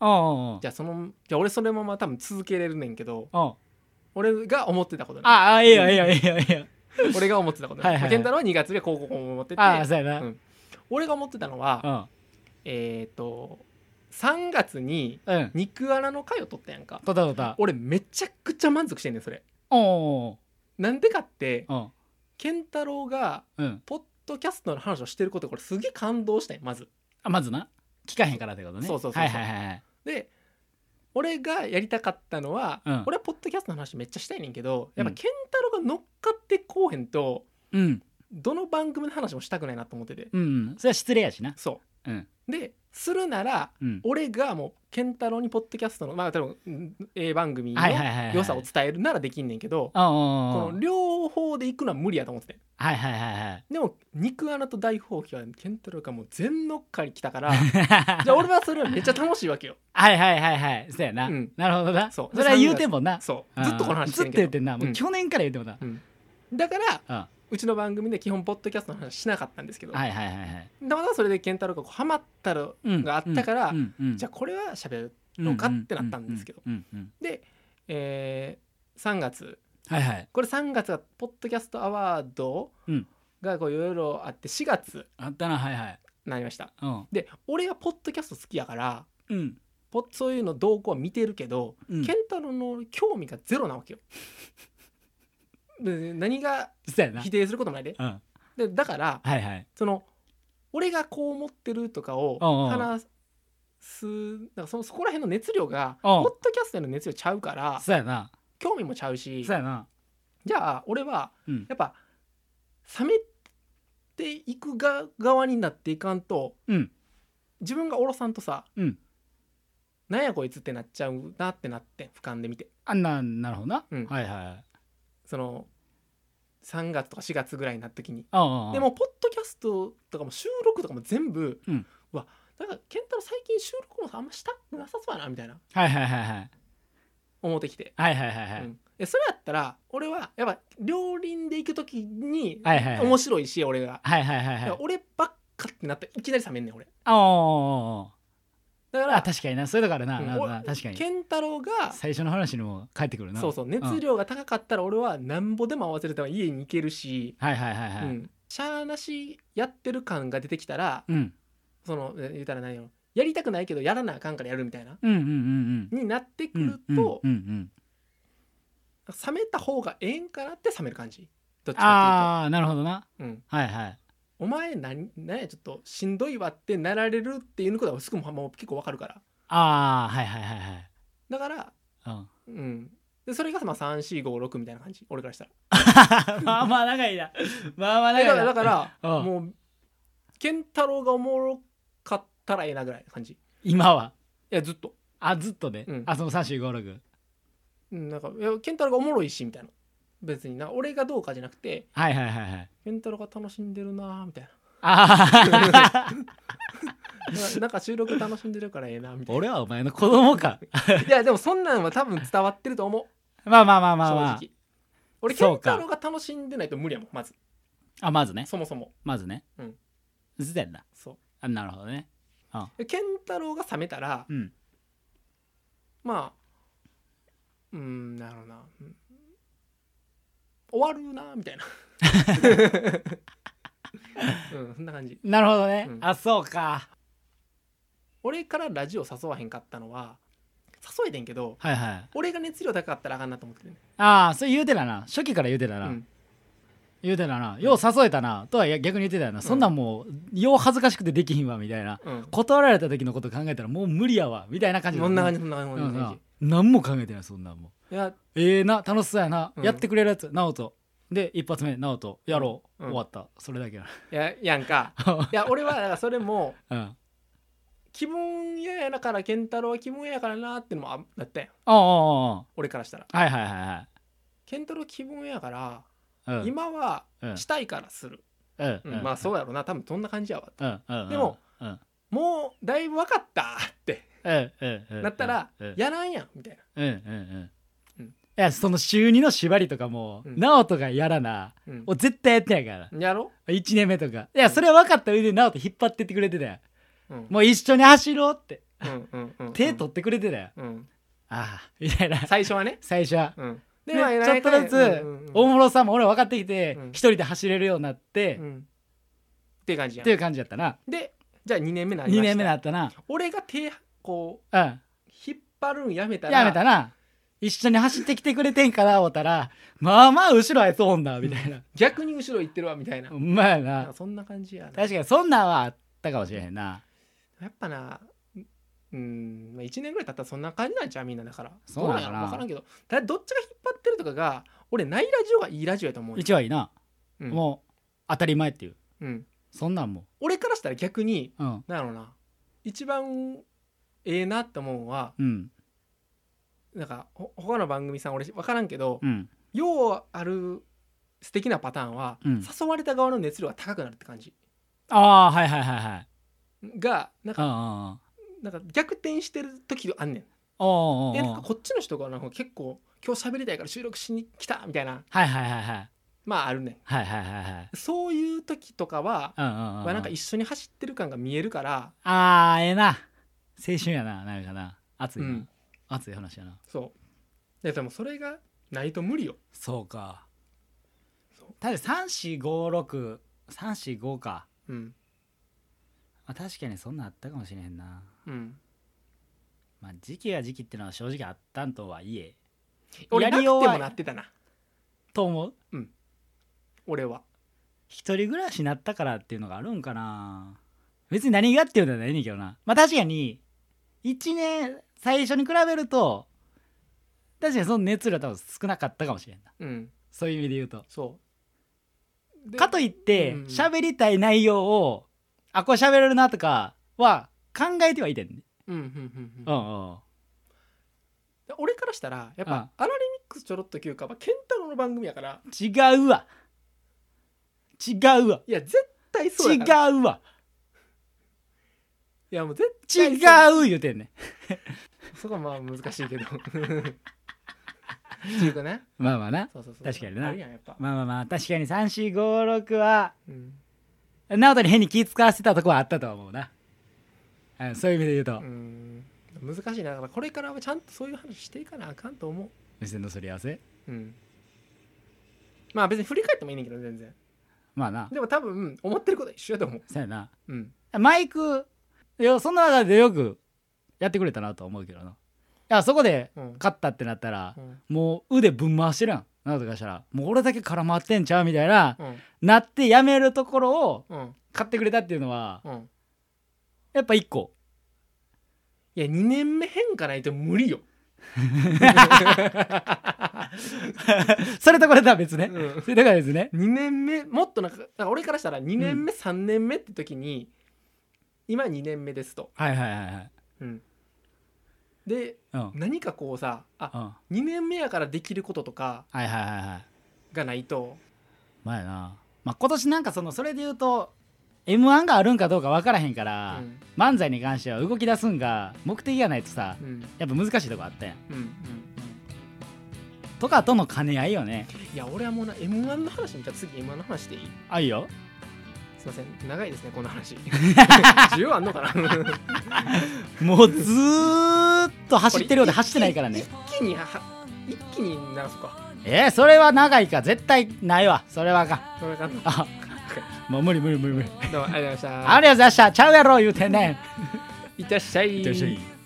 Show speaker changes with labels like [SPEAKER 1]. [SPEAKER 1] あ
[SPEAKER 2] じゃあそのじゃあ俺それもまあ多分続けれるねんけど
[SPEAKER 1] あ
[SPEAKER 2] 俺が思ってたことな
[SPEAKER 1] ああええやんええやんええやんええやん
[SPEAKER 2] 俺が思ってたこと
[SPEAKER 1] はい
[SPEAKER 2] な
[SPEAKER 1] はいいは
[SPEAKER 2] まあ
[SPEAKER 1] い
[SPEAKER 2] 健太郎は2月で高校も思ってて
[SPEAKER 1] ああそうやな
[SPEAKER 2] う
[SPEAKER 1] うんん
[SPEAKER 2] 俺が思ってたのはえっ、と3月に
[SPEAKER 1] うん
[SPEAKER 2] 肉穴の回を取ったやんか
[SPEAKER 1] とったとった
[SPEAKER 2] 俺めちゃくちゃ満足してんねんそれ
[SPEAKER 1] おお
[SPEAKER 2] なんでかって
[SPEAKER 1] うん
[SPEAKER 2] 健太郎が
[SPEAKER 1] うん
[SPEAKER 2] ポッドキャストの話をしてることこれすげえ感動したんやまず
[SPEAKER 1] あまずな聞かへんからってことね
[SPEAKER 2] そうそうそうそう
[SPEAKER 1] はいはいはいはい
[SPEAKER 2] で俺がやりたかったのは、
[SPEAKER 1] うん
[SPEAKER 2] 俺はポッドキャストの話めっちゃしたいねんけどやっぱ
[SPEAKER 1] うん
[SPEAKER 2] 健太郎が乗っかってこうへんと
[SPEAKER 1] うん
[SPEAKER 2] どの番組の話もしたくないなと思ってて
[SPEAKER 1] うんそれは失礼やしな
[SPEAKER 2] そ
[SPEAKER 1] うん
[SPEAKER 2] うでするなら
[SPEAKER 1] うん
[SPEAKER 2] 俺がもう健太郎にポッドキャストのまあ多分ん A 番組の
[SPEAKER 1] はいはいはいはい
[SPEAKER 2] 良さを伝えるならできんねんけど、
[SPEAKER 1] おお
[SPEAKER 2] この両方で行くのは無理やと思ってて
[SPEAKER 1] はいはいはいはい
[SPEAKER 2] でも肉穴と大放棄は健太郎がもう全乗っかり来 たからじ
[SPEAKER 1] じ
[SPEAKER 2] ゃあ俺はそれは めっちゃ楽しいわけよ
[SPEAKER 1] はいはいはいはいそうやな、
[SPEAKER 2] うん
[SPEAKER 1] なるほどな
[SPEAKER 2] そう
[SPEAKER 1] それは言うてもな
[SPEAKER 2] そうずっとこの話して
[SPEAKER 1] ずっ
[SPEAKER 2] ん
[SPEAKER 1] と
[SPEAKER 2] け
[SPEAKER 1] 言
[SPEAKER 2] ど
[SPEAKER 1] ってんなもううん去年から言うてもな、
[SPEAKER 2] だから
[SPEAKER 1] うん、は
[SPEAKER 2] うちの番組で基本ポッドキャストの話しなかったんですけ
[SPEAKER 1] い
[SPEAKER 2] ど、
[SPEAKER 1] はいはいはい
[SPEAKER 2] たまたまそれで健太郎がこうハマったの
[SPEAKER 1] うん
[SPEAKER 2] があったから、
[SPEAKER 1] うんうん
[SPEAKER 2] じゃあこれはしゃべる、
[SPEAKER 1] うん
[SPEAKER 2] のかってなったんですけど
[SPEAKER 1] うんうんうん
[SPEAKER 2] えー3月
[SPEAKER 1] はいはい
[SPEAKER 2] これ3月はポッドキャストアワード
[SPEAKER 1] うん
[SPEAKER 2] がこういろいろあって4月
[SPEAKER 1] あったなはいはい
[SPEAKER 2] になりました
[SPEAKER 1] うん
[SPEAKER 2] で俺はポッドキャスト好きやから
[SPEAKER 1] うん
[SPEAKER 2] ポそういうの動向は見てるけど、
[SPEAKER 1] うん
[SPEAKER 2] 健太郎の興味がゼロなわ けよで何が
[SPEAKER 1] そうやな
[SPEAKER 2] 否定することもないで
[SPEAKER 1] うんはい
[SPEAKER 2] でだから
[SPEAKER 1] はい
[SPEAKER 2] その俺がこう思ってるとかを
[SPEAKER 1] うんうん
[SPEAKER 2] 話すなんかそのそこら辺の熱量
[SPEAKER 1] うん
[SPEAKER 2] がポッドキャストへの熱量ちゃうから
[SPEAKER 1] そうやな
[SPEAKER 2] 興味もちゃうし
[SPEAKER 1] そうやな
[SPEAKER 2] じゃあ俺は
[SPEAKER 1] うん
[SPEAKER 2] やっぱ冷めていくが側になっていかんと
[SPEAKER 1] うん
[SPEAKER 2] 自分がおろさんとさ、
[SPEAKER 1] うん
[SPEAKER 2] なんやこいつってなっちゃうなってなって俯瞰で見て
[SPEAKER 1] あななるほどな、
[SPEAKER 2] うん
[SPEAKER 1] はいはい
[SPEAKER 2] その3月とか4月ぐらいになった時に
[SPEAKER 1] ああ
[SPEAKER 2] でもポッドキャストとかも収録とかも全部、
[SPEAKER 1] うん
[SPEAKER 2] わなんか健太郎最近収録もあんましたくなさそうやなみたいな
[SPEAKER 1] はいはいはいはい
[SPEAKER 2] 思ってきて、
[SPEAKER 1] はいはいはいは
[SPEAKER 2] う
[SPEAKER 1] い
[SPEAKER 2] んえそれやったら俺はやっぱ両輪で行く時に
[SPEAKER 1] はいはいはい
[SPEAKER 2] 面白いし俺が、
[SPEAKER 1] はいはいはいはい
[SPEAKER 2] だから俺ばっかってなったらいきなり冷めんねん俺
[SPEAKER 1] ああ
[SPEAKER 2] だか
[SPEAKER 1] あ
[SPEAKER 2] ら
[SPEAKER 1] 確かになそういうとこあるな,、
[SPEAKER 2] うん
[SPEAKER 1] なるほど
[SPEAKER 2] お
[SPEAKER 1] な確かに
[SPEAKER 2] 健太郎が
[SPEAKER 1] 最初の話にも帰ってくるな
[SPEAKER 2] そうそう熱量が高かったら俺はなんぼでも合わせるために家に行けるし、
[SPEAKER 1] はいはいはいはい、
[SPEAKER 2] うん、しゃーなしやってる感が出てきたら
[SPEAKER 1] うん、
[SPEAKER 2] そのえ言うたら何やろやりたくないけどやらなあかんからやるみたいな
[SPEAKER 1] うんうんうん
[SPEAKER 2] になってく
[SPEAKER 1] うん
[SPEAKER 2] ると、
[SPEAKER 1] うんうんうん
[SPEAKER 2] 冷めた方がええんかなって冷める感じどっちか
[SPEAKER 1] ああなるほどな
[SPEAKER 2] っていうと、うん、
[SPEAKER 1] はいはい
[SPEAKER 2] お前何何やちょっとしんどいわってなられるっていうことはすぐももう結構わかるから
[SPEAKER 1] ああはいはいはいはい
[SPEAKER 2] だから
[SPEAKER 1] うん、
[SPEAKER 2] うんでそれがまあ3456みたいな感じ俺からした ら
[SPEAKER 1] まあまあ長いなまあまあ
[SPEAKER 2] だか
[SPEAKER 1] 長い
[SPEAKER 2] ら
[SPEAKER 1] な
[SPEAKER 2] だから
[SPEAKER 1] うん
[SPEAKER 2] もう健太郎がおもろかったらええなぐらいの感じい
[SPEAKER 1] 今は
[SPEAKER 2] やずっと、
[SPEAKER 1] あずっとで、
[SPEAKER 2] うん
[SPEAKER 1] あその3456
[SPEAKER 2] うん、なんかいや健太郎がおもろいしみたいな別にな俺がどうかじゃなくて
[SPEAKER 1] はいはいはいはい
[SPEAKER 2] 健太郎が楽しんでるなーみたいな
[SPEAKER 1] ああ
[SPEAKER 2] な なんか収録楽しんでるからええなみたい な
[SPEAKER 1] 俺はお前の子供か
[SPEAKER 2] いやでもそんなんは多分伝わってると思う
[SPEAKER 1] まあまあまあまあまあ
[SPEAKER 2] 正直俺健
[SPEAKER 1] そう
[SPEAKER 2] 太
[SPEAKER 1] か
[SPEAKER 2] 郎が楽しんでないと無理やもんまず
[SPEAKER 1] あまずね
[SPEAKER 2] そもそも
[SPEAKER 1] まずね
[SPEAKER 2] うん
[SPEAKER 1] ずっとやんな
[SPEAKER 2] そ
[SPEAKER 1] あなるほどね
[SPEAKER 2] う健太郎が冷めたら、
[SPEAKER 1] うん
[SPEAKER 2] まあうーんなるほどな、うん終わるなみ たいなうんそんな感じ
[SPEAKER 1] なるほどね、
[SPEAKER 2] うん
[SPEAKER 1] あそうか
[SPEAKER 2] 俺からラジオ誘わへんかったのは誘えてんけど
[SPEAKER 1] はいはい
[SPEAKER 2] 俺が熱量高かったらあかんなと思ってる、ね
[SPEAKER 1] ああそれ言うてたな初期から言うてた
[SPEAKER 2] う
[SPEAKER 1] な、
[SPEAKER 2] ん、
[SPEAKER 1] 言うてたなよう誘えたなとは逆に言ってたよな、そんなんもうよう恥ずかしくてできひんわみたいな
[SPEAKER 2] うん、
[SPEAKER 1] 断られた時のこと考えたらもう無理やわみたいな感じ
[SPEAKER 2] そんな感じ
[SPEAKER 1] じ
[SPEAKER 2] そんな感じ、そんな感
[SPEAKER 1] 何も考えてないそんなんもう
[SPEAKER 2] じいや
[SPEAKER 1] ええな楽しそうやな、
[SPEAKER 2] うん
[SPEAKER 1] やってくれるやつ直人で一発目直人やろう、
[SPEAKER 2] うん
[SPEAKER 1] 終わったそれだけや
[SPEAKER 2] いややん かいや俺はだからそれも
[SPEAKER 1] なうん
[SPEAKER 2] 気分嫌やだから健太郎は気分嫌やからなってのもあだったやん
[SPEAKER 1] おうおうおう
[SPEAKER 2] 俺からしたら
[SPEAKER 1] はいはいはい
[SPEAKER 2] 健太郎気分嫌やから、
[SPEAKER 1] はいうん
[SPEAKER 2] 今は
[SPEAKER 1] うん
[SPEAKER 2] したいからする、
[SPEAKER 1] うん
[SPEAKER 2] うんまあそうやろな多分そんな感じやわ
[SPEAKER 1] うんうんうん
[SPEAKER 2] でも
[SPEAKER 1] うん
[SPEAKER 2] もうだいぶ分かったって
[SPEAKER 1] うんうんうん
[SPEAKER 2] なったら、
[SPEAKER 1] うん
[SPEAKER 2] やらんやんみたいな
[SPEAKER 1] うんうんうん
[SPEAKER 2] うん
[SPEAKER 1] いやその週2の縛りとかも
[SPEAKER 2] うん
[SPEAKER 1] 直人がやらな、
[SPEAKER 2] うん
[SPEAKER 1] もう絶対やってないからな、
[SPEAKER 2] やろ、
[SPEAKER 1] 1年目とかいやそれは分かった上で直人引っ張ってってくれてたよ
[SPEAKER 2] うん
[SPEAKER 1] もう一緒に走ろうって
[SPEAKER 2] うんうんうんうん
[SPEAKER 1] 手取ってくれてたよ、
[SPEAKER 2] うん
[SPEAKER 1] ああみたいな
[SPEAKER 2] 最初はね
[SPEAKER 1] 最初は
[SPEAKER 2] うん
[SPEAKER 1] で
[SPEAKER 2] まあ
[SPEAKER 1] ちょっとずつ
[SPEAKER 2] うんうんうん
[SPEAKER 1] 大室さんも俺分かってきて
[SPEAKER 2] うん
[SPEAKER 1] 一人で走れるようになって
[SPEAKER 2] うんっていう感じや
[SPEAKER 1] っ
[SPEAKER 2] ん
[SPEAKER 1] ていう感じやったな
[SPEAKER 2] でじゃあ2年目になり
[SPEAKER 1] 2
[SPEAKER 2] ました
[SPEAKER 1] 年目だったな
[SPEAKER 2] 俺が手こう
[SPEAKER 1] うん
[SPEAKER 2] 引っ張るんやめたら
[SPEAKER 1] やめたな一緒に走ってきてくれてんから思ったらまあまあ後ろあいつおんだみたいな
[SPEAKER 2] 逆に後ろ行ってるわみたいな
[SPEAKER 1] うまい
[SPEAKER 2] なん
[SPEAKER 1] な
[SPEAKER 2] かそんな感じやな
[SPEAKER 1] 確かにそんなんはあったかもしれへんな
[SPEAKER 2] やっぱなうんまあ1年ぐらい経ったらそんな感じなんちゃうみんなだから
[SPEAKER 1] そうなのかな
[SPEAKER 2] どやろ分からんけどだどっちが引っ張ってるとかが俺ないラジオがいいラジオやと思うよ
[SPEAKER 1] 一はいいな
[SPEAKER 2] うん
[SPEAKER 1] もう当たり前っていう
[SPEAKER 2] うん
[SPEAKER 1] そんなんも
[SPEAKER 2] 俺からしたら逆に
[SPEAKER 1] ううん
[SPEAKER 2] なんやろな一番ええなって思うのは
[SPEAKER 1] うん
[SPEAKER 2] なんかほ他の番組さん俺分からんけど、
[SPEAKER 1] うん
[SPEAKER 2] ようある素敵なパターンは、
[SPEAKER 1] うん
[SPEAKER 2] 誘われた側の熱量が高くなるって感じ
[SPEAKER 1] ああはいはいはいはい
[SPEAKER 2] がな
[SPEAKER 1] う
[SPEAKER 2] ん
[SPEAKER 1] ん
[SPEAKER 2] か,、
[SPEAKER 1] うんうん
[SPEAKER 2] なんか逆転してる時があんねん。
[SPEAKER 1] おうおうおう
[SPEAKER 2] でなんかこっちの人がなんか結構今日喋りたいから収録しに来たみたいな
[SPEAKER 1] はいはいはいはい
[SPEAKER 2] まああるねん。
[SPEAKER 1] はいはいはいはい
[SPEAKER 2] そういう時とかは、
[SPEAKER 1] うんうんうん
[SPEAKER 2] まあ、なんか一緒に走ってる感が見えるから、
[SPEAKER 1] あーええな青春やななんかな熱いな、
[SPEAKER 2] うん
[SPEAKER 1] 熱い話やな
[SPEAKER 2] そういやでもそれがないと無理よ。
[SPEAKER 1] そうか
[SPEAKER 2] そう
[SPEAKER 1] ただ3456345か、
[SPEAKER 2] うん
[SPEAKER 1] まあ、確かにそんなんあったかもしれへんな
[SPEAKER 2] うん、
[SPEAKER 1] まあ時期が時期ってのは正直あったんとはいえ
[SPEAKER 2] 俺
[SPEAKER 1] や
[SPEAKER 2] なく
[SPEAKER 1] り
[SPEAKER 2] て
[SPEAKER 1] ようは
[SPEAKER 2] もなってたな
[SPEAKER 1] と思う
[SPEAKER 2] 俺は。
[SPEAKER 1] 一人暮らしになったからっていうのがあるんかな別に何がっていうのはないねんけどなまあ確かに1年最初に比べると確かにその熱量は多分少なかったかもしれんな
[SPEAKER 2] うん、
[SPEAKER 1] そういう意味で言うと
[SPEAKER 2] そうで
[SPEAKER 1] かといって
[SPEAKER 2] うん
[SPEAKER 1] 喋、りたい内容をあこれ喋れるなとかは考えてはいてんね、
[SPEAKER 2] うんうんうんうん
[SPEAKER 1] うんうん
[SPEAKER 2] で俺からしたらやっ
[SPEAKER 1] あ
[SPEAKER 2] ぱアラレミックスちょろっと休暇はケンタロウの番組やから
[SPEAKER 1] 違うわ違うわ
[SPEAKER 2] いや絶対そう
[SPEAKER 1] 違
[SPEAKER 2] やから
[SPEAKER 1] うわ
[SPEAKER 2] いやもう絶
[SPEAKER 1] 違
[SPEAKER 2] 対
[SPEAKER 1] う
[SPEAKER 2] そう
[SPEAKER 1] 言うてんね
[SPEAKER 2] そこはまあ難しいけど 中途ね
[SPEAKER 1] まあまあな
[SPEAKER 2] そうそうそう
[SPEAKER 1] 確かにな
[SPEAKER 2] あるやんやっぱ、
[SPEAKER 1] まあまあまあ確かに3456は
[SPEAKER 2] うん
[SPEAKER 1] 直人に変に気使わせてたとこはあったとは思うな、うん、そういう意味で言う
[SPEAKER 2] う
[SPEAKER 1] と
[SPEAKER 2] ん難しいなだからこれからはちゃんとそういう話していかなあかんと思
[SPEAKER 1] 目線のすり合わせ
[SPEAKER 2] ううんまあ別に振り返ってもいいねんけど全然
[SPEAKER 1] まあな
[SPEAKER 2] でも多分思ってることは一緒やと思う
[SPEAKER 1] そうやな
[SPEAKER 2] うん
[SPEAKER 1] マイクいやそんな中でよくやってくれたなとは思うけどないやそこで
[SPEAKER 2] うん
[SPEAKER 1] 勝ったってなったら
[SPEAKER 2] うん
[SPEAKER 1] もう腕ぶん回してるやんなんとかしたらもう俺だけ絡まってんちゃうみたいな
[SPEAKER 2] うん
[SPEAKER 1] なってやめるところを
[SPEAKER 2] うん
[SPEAKER 1] 買ってくれたっていうのは
[SPEAKER 2] うん
[SPEAKER 1] やっぱ一個
[SPEAKER 2] いや2年目変化ないと無理よ、
[SPEAKER 1] それとこれとは別ね、
[SPEAKER 2] うん
[SPEAKER 1] それとこれですね
[SPEAKER 2] 2年目もっとなんかなんか俺からしたら2年目、3年目って時に今2年目ですと、
[SPEAKER 1] はいはいはいはい
[SPEAKER 2] で
[SPEAKER 1] うん、うん、
[SPEAKER 2] 何かこうさあ
[SPEAKER 1] はい
[SPEAKER 2] 2年目やからできることとか
[SPEAKER 1] はいはいはい
[SPEAKER 2] がないと
[SPEAKER 1] まあやなまあ今年なんかそのそれで言うと m 1があるんかどうか分からへんから、
[SPEAKER 2] うん
[SPEAKER 1] 漫才に関しては動き出すんが目的がないとさ
[SPEAKER 2] うん
[SPEAKER 1] やっぱ難しいとこあったやん
[SPEAKER 2] うんうん
[SPEAKER 1] とかとの兼ね合いよね
[SPEAKER 2] いや俺はもうな m 1の話じゃあ次 m 1の話でいい
[SPEAKER 1] あいいよ
[SPEAKER 2] すいません長いですねこの 話需要あんのかな
[SPEAKER 1] もうずーっと走ってるようで走ってないからね
[SPEAKER 2] 一気には一気に流すか
[SPEAKER 1] えー、それは長いか絶対ないわそれはあかん
[SPEAKER 2] それかな
[SPEAKER 1] あもう無理無理無理無理
[SPEAKER 2] どうもありがとうございました
[SPEAKER 1] ありがとうございましたちゃうやろ言うてんねん
[SPEAKER 2] いってらっしゃい
[SPEAKER 1] いってらっしゃい